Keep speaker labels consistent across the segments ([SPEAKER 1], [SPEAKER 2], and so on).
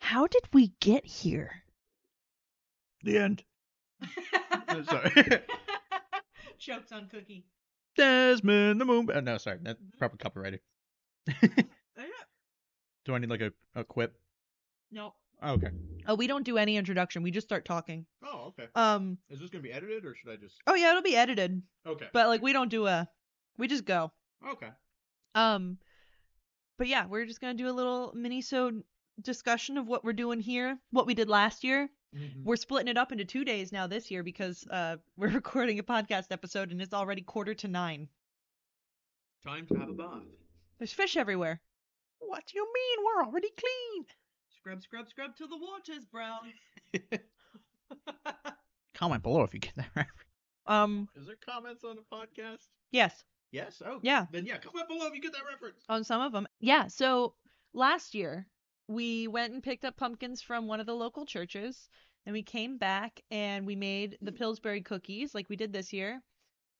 [SPEAKER 1] How did we get here?
[SPEAKER 2] The end. I'm sorry.
[SPEAKER 3] Choked on cookie.
[SPEAKER 2] Desmond the Moon. Oh, no, sorry. That's probably copyrighted.
[SPEAKER 3] I don't-
[SPEAKER 2] Do I need like a, a quip?
[SPEAKER 3] No.
[SPEAKER 2] Oh, okay.
[SPEAKER 3] Oh, we don't do any introduction. We just start talking.
[SPEAKER 2] Oh, okay.
[SPEAKER 3] Um.
[SPEAKER 2] Is this gonna be edited or should I just?
[SPEAKER 3] Oh yeah, it'll be edited,
[SPEAKER 2] Okay.
[SPEAKER 3] but like we don't do a. We just go.
[SPEAKER 2] Okay.
[SPEAKER 3] Um. But yeah, we're just gonna do a little mini so discussion of what we're doing here, what we did last year.
[SPEAKER 4] Mm-hmm.
[SPEAKER 3] We're splitting it up into two days now this year because uh we're recording a podcast episode and it's already quarter to nine.
[SPEAKER 4] Time to have a bath.
[SPEAKER 3] There's fish everywhere.
[SPEAKER 2] What do you mean? We're already clean.
[SPEAKER 3] Scrub, scrub, scrub till the water's brown.
[SPEAKER 2] Comment below if you get that right.
[SPEAKER 3] um.
[SPEAKER 4] Is there comments on the podcast?
[SPEAKER 3] Yes.
[SPEAKER 4] Yes. Oh.
[SPEAKER 3] Yeah.
[SPEAKER 4] Then yeah, comment below if you get that reference.
[SPEAKER 3] on some of them. Yeah. So last year we went and picked up pumpkins from one of the local churches, and we came back and we made the
[SPEAKER 2] Mm.
[SPEAKER 3] Pillsbury cookies like we did this year,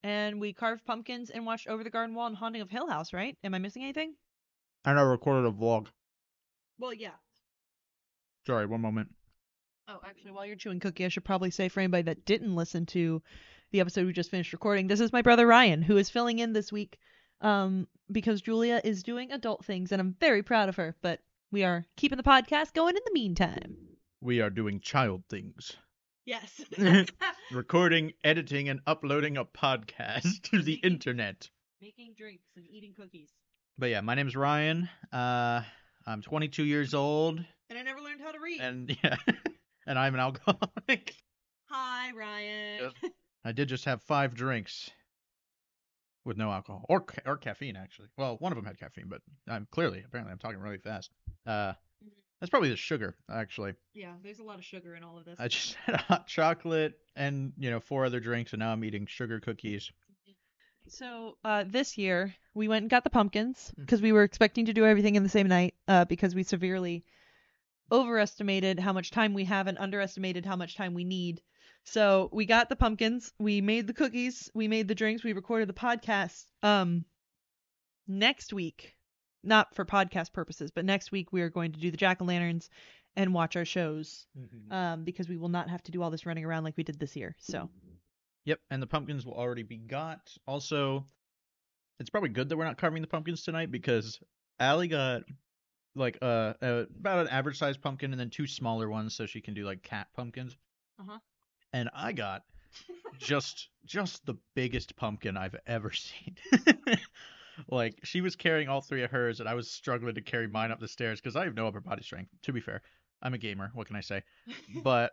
[SPEAKER 3] and we carved pumpkins and watched Over the Garden Wall and Haunting of Hill House. Right? Am I missing anything?
[SPEAKER 2] And I recorded a vlog.
[SPEAKER 3] Well, yeah.
[SPEAKER 2] Sorry, one moment.
[SPEAKER 3] Oh, actually, while you're chewing cookie, I should probably say for anybody that didn't listen to the episode we just finished recording, this is my brother Ryan who is filling in this week, um, because Julia is doing adult things, and I'm very proud of her. But we are keeping the podcast going in the meantime.
[SPEAKER 2] We are doing child things.
[SPEAKER 3] Yes.
[SPEAKER 2] Recording, editing, and uploading a podcast to the internet.
[SPEAKER 3] Making drinks and eating cookies.
[SPEAKER 2] But yeah, my name's Ryan. Uh, I'm 22 years old,
[SPEAKER 3] And I never learned how to read.
[SPEAKER 2] and yeah, and I'm an alcoholic.
[SPEAKER 3] Hi, Ryan.
[SPEAKER 2] I did just have five drinks with no alcohol or ca- or caffeine actually. Well, one of them had caffeine, but I'm clearly apparently I'm talking really fast. Uh, that's probably the sugar actually.
[SPEAKER 3] Yeah, there's a lot of sugar in all of this.
[SPEAKER 2] I just had a hot chocolate and you know four other drinks, and now I'm eating sugar cookies.
[SPEAKER 3] So uh, this year we went and got the pumpkins because we were expecting to do everything in the same night uh, because we severely overestimated how much time we have and underestimated how much time we need. So we got the pumpkins, we made the cookies, we made the drinks, we recorded the podcast. Um, next week, not for podcast purposes, but next week we are going to do the jack o' lanterns and watch our shows
[SPEAKER 2] Hmm.
[SPEAKER 3] um, because we will not have to do all this running around like we did this year. So
[SPEAKER 2] Yep, and the pumpkins will already be got. Also, it's probably good that we're not carving the pumpkins tonight because Allie got like uh, uh about an average sized pumpkin and then two smaller ones so she can do like cat pumpkins.
[SPEAKER 3] Uh-huh.
[SPEAKER 2] And I got just just the biggest pumpkin I've ever seen. like she was carrying all three of hers and I was struggling to carry mine up the stairs because I have no upper body strength. To be fair, I'm a gamer. What can I say? But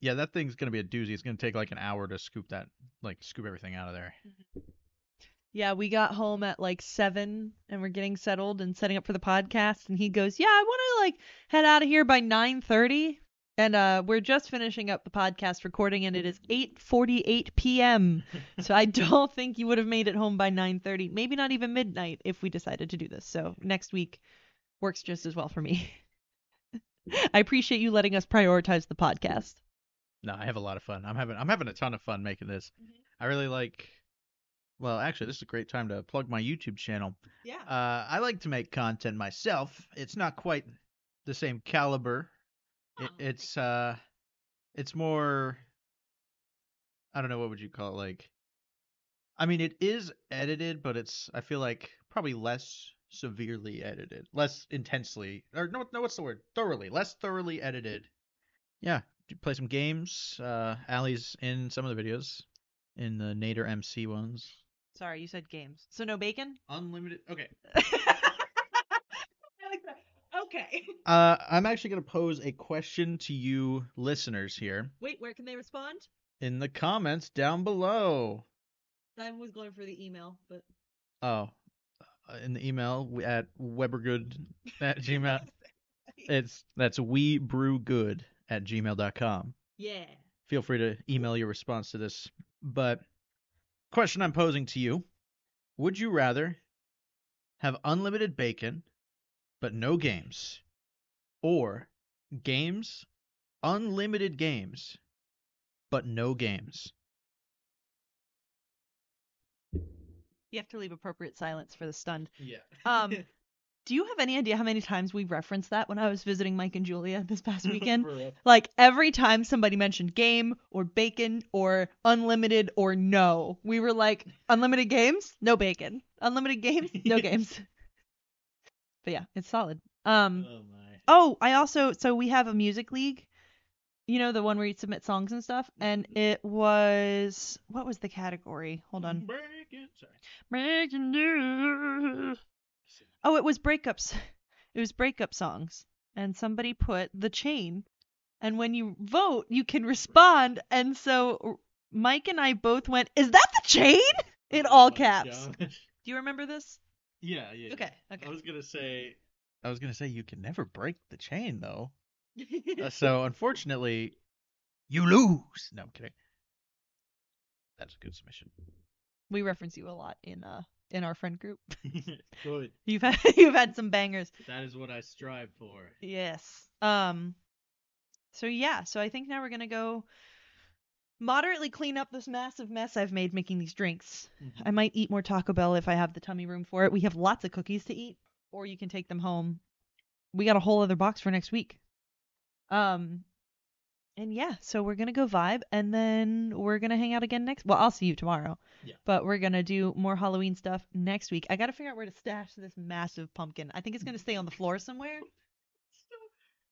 [SPEAKER 2] yeah, that thing's gonna be a doozy. It's gonna take like an hour to scoop that, like scoop everything out of there.
[SPEAKER 3] Yeah, we got home at like seven and we're getting settled and setting up for the podcast and he goes, Yeah, I wanna like head out of here by nine thirty and uh we're just finishing up the podcast recording and it is eight forty eight PM. so I don't think you would have made it home by nine thirty, maybe not even midnight if we decided to do this. So next week works just as well for me. I appreciate you letting us prioritize the podcast.
[SPEAKER 2] No, I have a lot of fun. I'm having I'm having a ton of fun making this. I really like. Well, actually, this is a great time to plug my YouTube channel.
[SPEAKER 3] Yeah.
[SPEAKER 2] Uh, I like to make content myself. It's not quite the same caliber. It,
[SPEAKER 3] Oh.
[SPEAKER 2] it's uh, it's more. I don't know what would you call it. Like, I mean, it is edited, but it's I feel like probably less severely edited, less intensely, or no, no, what's the word? Thoroughly, less thoroughly edited. Yeah, you play some games. Uh, Allie's in some of the videos, in the Nader MC ones.
[SPEAKER 3] Sorry, you said games. So no bacon?
[SPEAKER 2] Unlimited. Okay.
[SPEAKER 3] Okay.
[SPEAKER 2] Uh, I'm actually going to pose a question to you listeners here
[SPEAKER 3] Wait, where can they respond?
[SPEAKER 2] in the comments down below.
[SPEAKER 3] I was going for the email, but
[SPEAKER 2] Oh, uh, in the email we- at webergood at gmail. It's that's we brew good at gmail.com.
[SPEAKER 3] yeah.
[SPEAKER 2] Feel free to email your response to this. But question I'm posing to you: Would you rather have unlimited bacon but no games, or games, unlimited games, but no games?
[SPEAKER 3] You have to leave appropriate silence for the stunned.
[SPEAKER 2] Yeah.
[SPEAKER 3] Um Do you have any idea how many times we referenced that when I was visiting Mike and Julia this past weekend?
[SPEAKER 4] For real.
[SPEAKER 3] like every time somebody mentioned game or bacon or unlimited or no, we were like, unlimited games, no bacon. Unlimited games, no games. But yeah, it's solid. Um
[SPEAKER 2] Uh,
[SPEAKER 4] Oh my.
[SPEAKER 3] oh, I also so we have a music league. You know, the one where you submit songs and stuff, and it was what was the category? Hold on.
[SPEAKER 4] Breaking- Sorry.
[SPEAKER 3] Oh, it was breakups. It was breakup songs. And somebody put The Chain. And when you vote, you can respond. And so Mike and I both went, Is that The Chain? In
[SPEAKER 4] Oh
[SPEAKER 3] all
[SPEAKER 4] my
[SPEAKER 3] caps.
[SPEAKER 4] gosh.
[SPEAKER 3] Do you remember this?
[SPEAKER 4] Yeah, yeah. Oh.
[SPEAKER 3] Okay,
[SPEAKER 4] yeah.
[SPEAKER 3] okay.
[SPEAKER 4] I was gonna say.
[SPEAKER 2] I was gonna say you can never break the chain though. Uh, so unfortunately, you lose. No, I'm kidding. That's a good submission.
[SPEAKER 3] We reference you a lot in uh in our friend group.
[SPEAKER 4] Good.
[SPEAKER 3] You've had you've had some bangers.
[SPEAKER 4] That is what I strive for.
[SPEAKER 3] Yes. Um so yeah, so I think now we're gonna go moderately clean up this massive mess I've made making these drinks.
[SPEAKER 4] Mhm.
[SPEAKER 3] I might eat more Taco Bell if I have the tummy room for it. We have lots of cookies to eat, or you can take them home. We got a whole other box for next week. Um, and yeah, so we're gonna go vibe, and then we're gonna hang out again next. Well, I'll see you tomorrow.
[SPEAKER 4] Yeah.
[SPEAKER 3] But we're gonna do more Halloween stuff next week. I gotta figure out where to stash this massive pumpkin. I think it's gonna stay on the floor somewhere.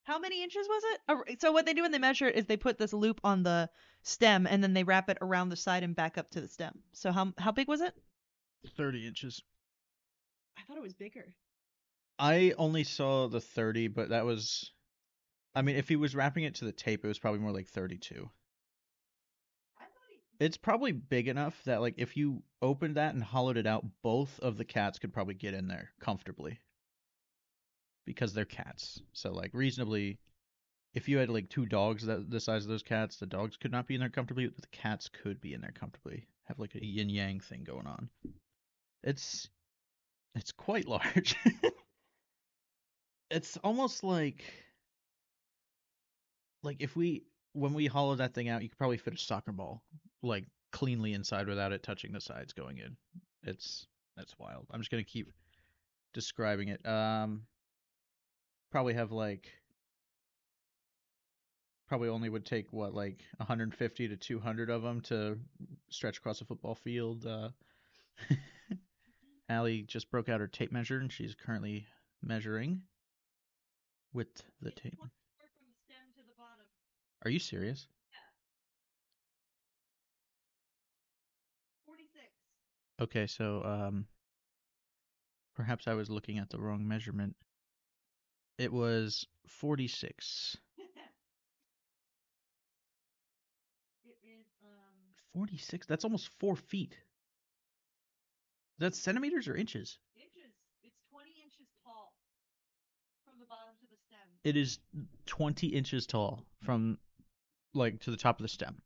[SPEAKER 3] How many inches was it? Ar- So what they do when they measure it is they put this loop on the stem and then they wrap it around the side and back up to the stem. So how how big was it?
[SPEAKER 2] Thirty inches.
[SPEAKER 3] I thought it was bigger.
[SPEAKER 2] I only saw the thirty, but that was. I mean, if he was wrapping it to the tape, it was probably more like thirty-two. It's probably big enough that like if you opened that and hollowed it out, both of the cats could probably get in there comfortably. Because they're cats. So like reasonably if you had like two dogs that the size of those cats, the dogs could not be in there comfortably, but the cats could be in there comfortably. Have like a yin yang thing going on. It's it's quite large. it's almost like like if we when we hollow that thing out, you could probably fit a soccer ball like cleanly inside without it touching the sides going in. It's that's wild. I'm just gonna keep describing it. Um, probably have like probably only would take what like 150 to 200 of them to stretch across a football field. Uh, Allie just broke out her tape measure and she's currently measuring with the tape. Are you serious? Okay, so um perhaps I was looking at the wrong measurement. It was 46. um, 46. That's almost 4 feet. That's centimeters or inches? It is 20 inches tall from like to the top of the stem.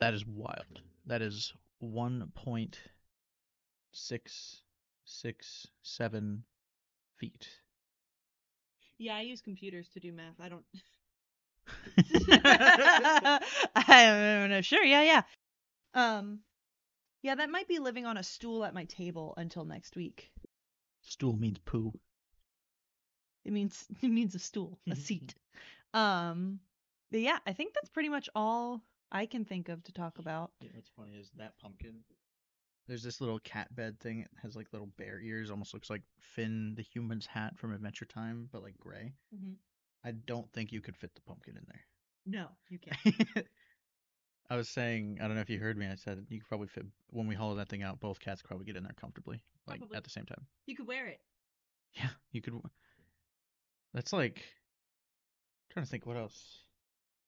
[SPEAKER 2] That is wild. That is 1.667 feet.
[SPEAKER 3] Yeah, I use computers to do math. I don't. I don't know. uh, Sure. Yeah. Yeah. Um. Yeah, that might be living on a stool at my table until next week.
[SPEAKER 2] Stool means poo.
[SPEAKER 3] It means it means a stool, a seat. um. But yeah, I think that's pretty much all I can think of to talk about.
[SPEAKER 4] Yeah, what's funny is that pumpkin.
[SPEAKER 2] There's this little cat bed thing. It has like little bear ears. Almost looks like Finn the Human's hat from Adventure Time, but like gray.
[SPEAKER 3] Mhm.
[SPEAKER 2] I don't think you could fit the pumpkin in there.
[SPEAKER 3] No, you can't.
[SPEAKER 2] I was saying, I don't know if you heard me. I said you could probably fit when we hollow that thing out. Both cats could probably get in there comfortably, like
[SPEAKER 3] Probably.
[SPEAKER 2] at the same time.
[SPEAKER 3] You could wear it.
[SPEAKER 2] Yeah, you could. w- That's like I'm trying to think what else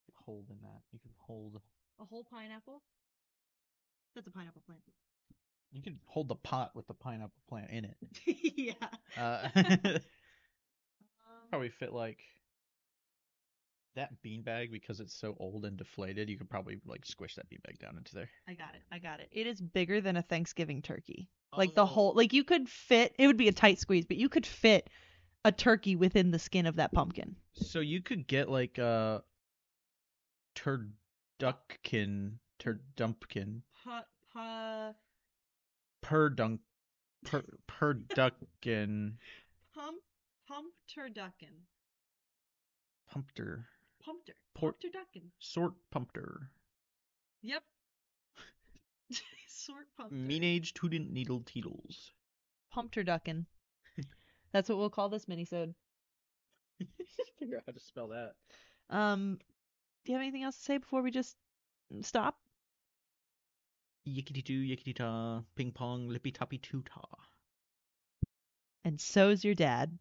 [SPEAKER 2] you could hold in that. You could hold.
[SPEAKER 3] A whole pineapple. That's a pineapple plant.
[SPEAKER 2] You could hold the pot with the pineapple plant in it.
[SPEAKER 3] yeah.
[SPEAKER 2] Uh,
[SPEAKER 3] Oh.
[SPEAKER 2] probably fit like that beanbag because it's so old and deflated. You could probably like squish that beanbag down into there.
[SPEAKER 3] I got it. I got it. It is bigger than a Thanksgiving turkey. Like the
[SPEAKER 4] Oh,
[SPEAKER 3] whole, like you could fit. It would be a tight squeeze, but you could fit a turkey within the skin of that pumpkin.
[SPEAKER 2] So you could get like uh, a turducken, turdumpkin,
[SPEAKER 3] Pa, pa,
[SPEAKER 2] perdunkkin. Per, per duckin.
[SPEAKER 3] Pump, pumpterduckin,
[SPEAKER 2] Pumpter.
[SPEAKER 3] pumpter,
[SPEAKER 2] Por-
[SPEAKER 3] pumpterduckin.
[SPEAKER 2] Sort pumpter.
[SPEAKER 3] Yep. sort pumpter.
[SPEAKER 2] Meanage student needle teetles.
[SPEAKER 3] Pumpterduckin. That's what we'll call this minisode.
[SPEAKER 4] Figure out how to spell that.
[SPEAKER 3] Um, do you have anything else to say before we just stop?
[SPEAKER 2] Yickety doo, yickety ta, ping pong, lippy toppy too ta.
[SPEAKER 3] And so's your dad.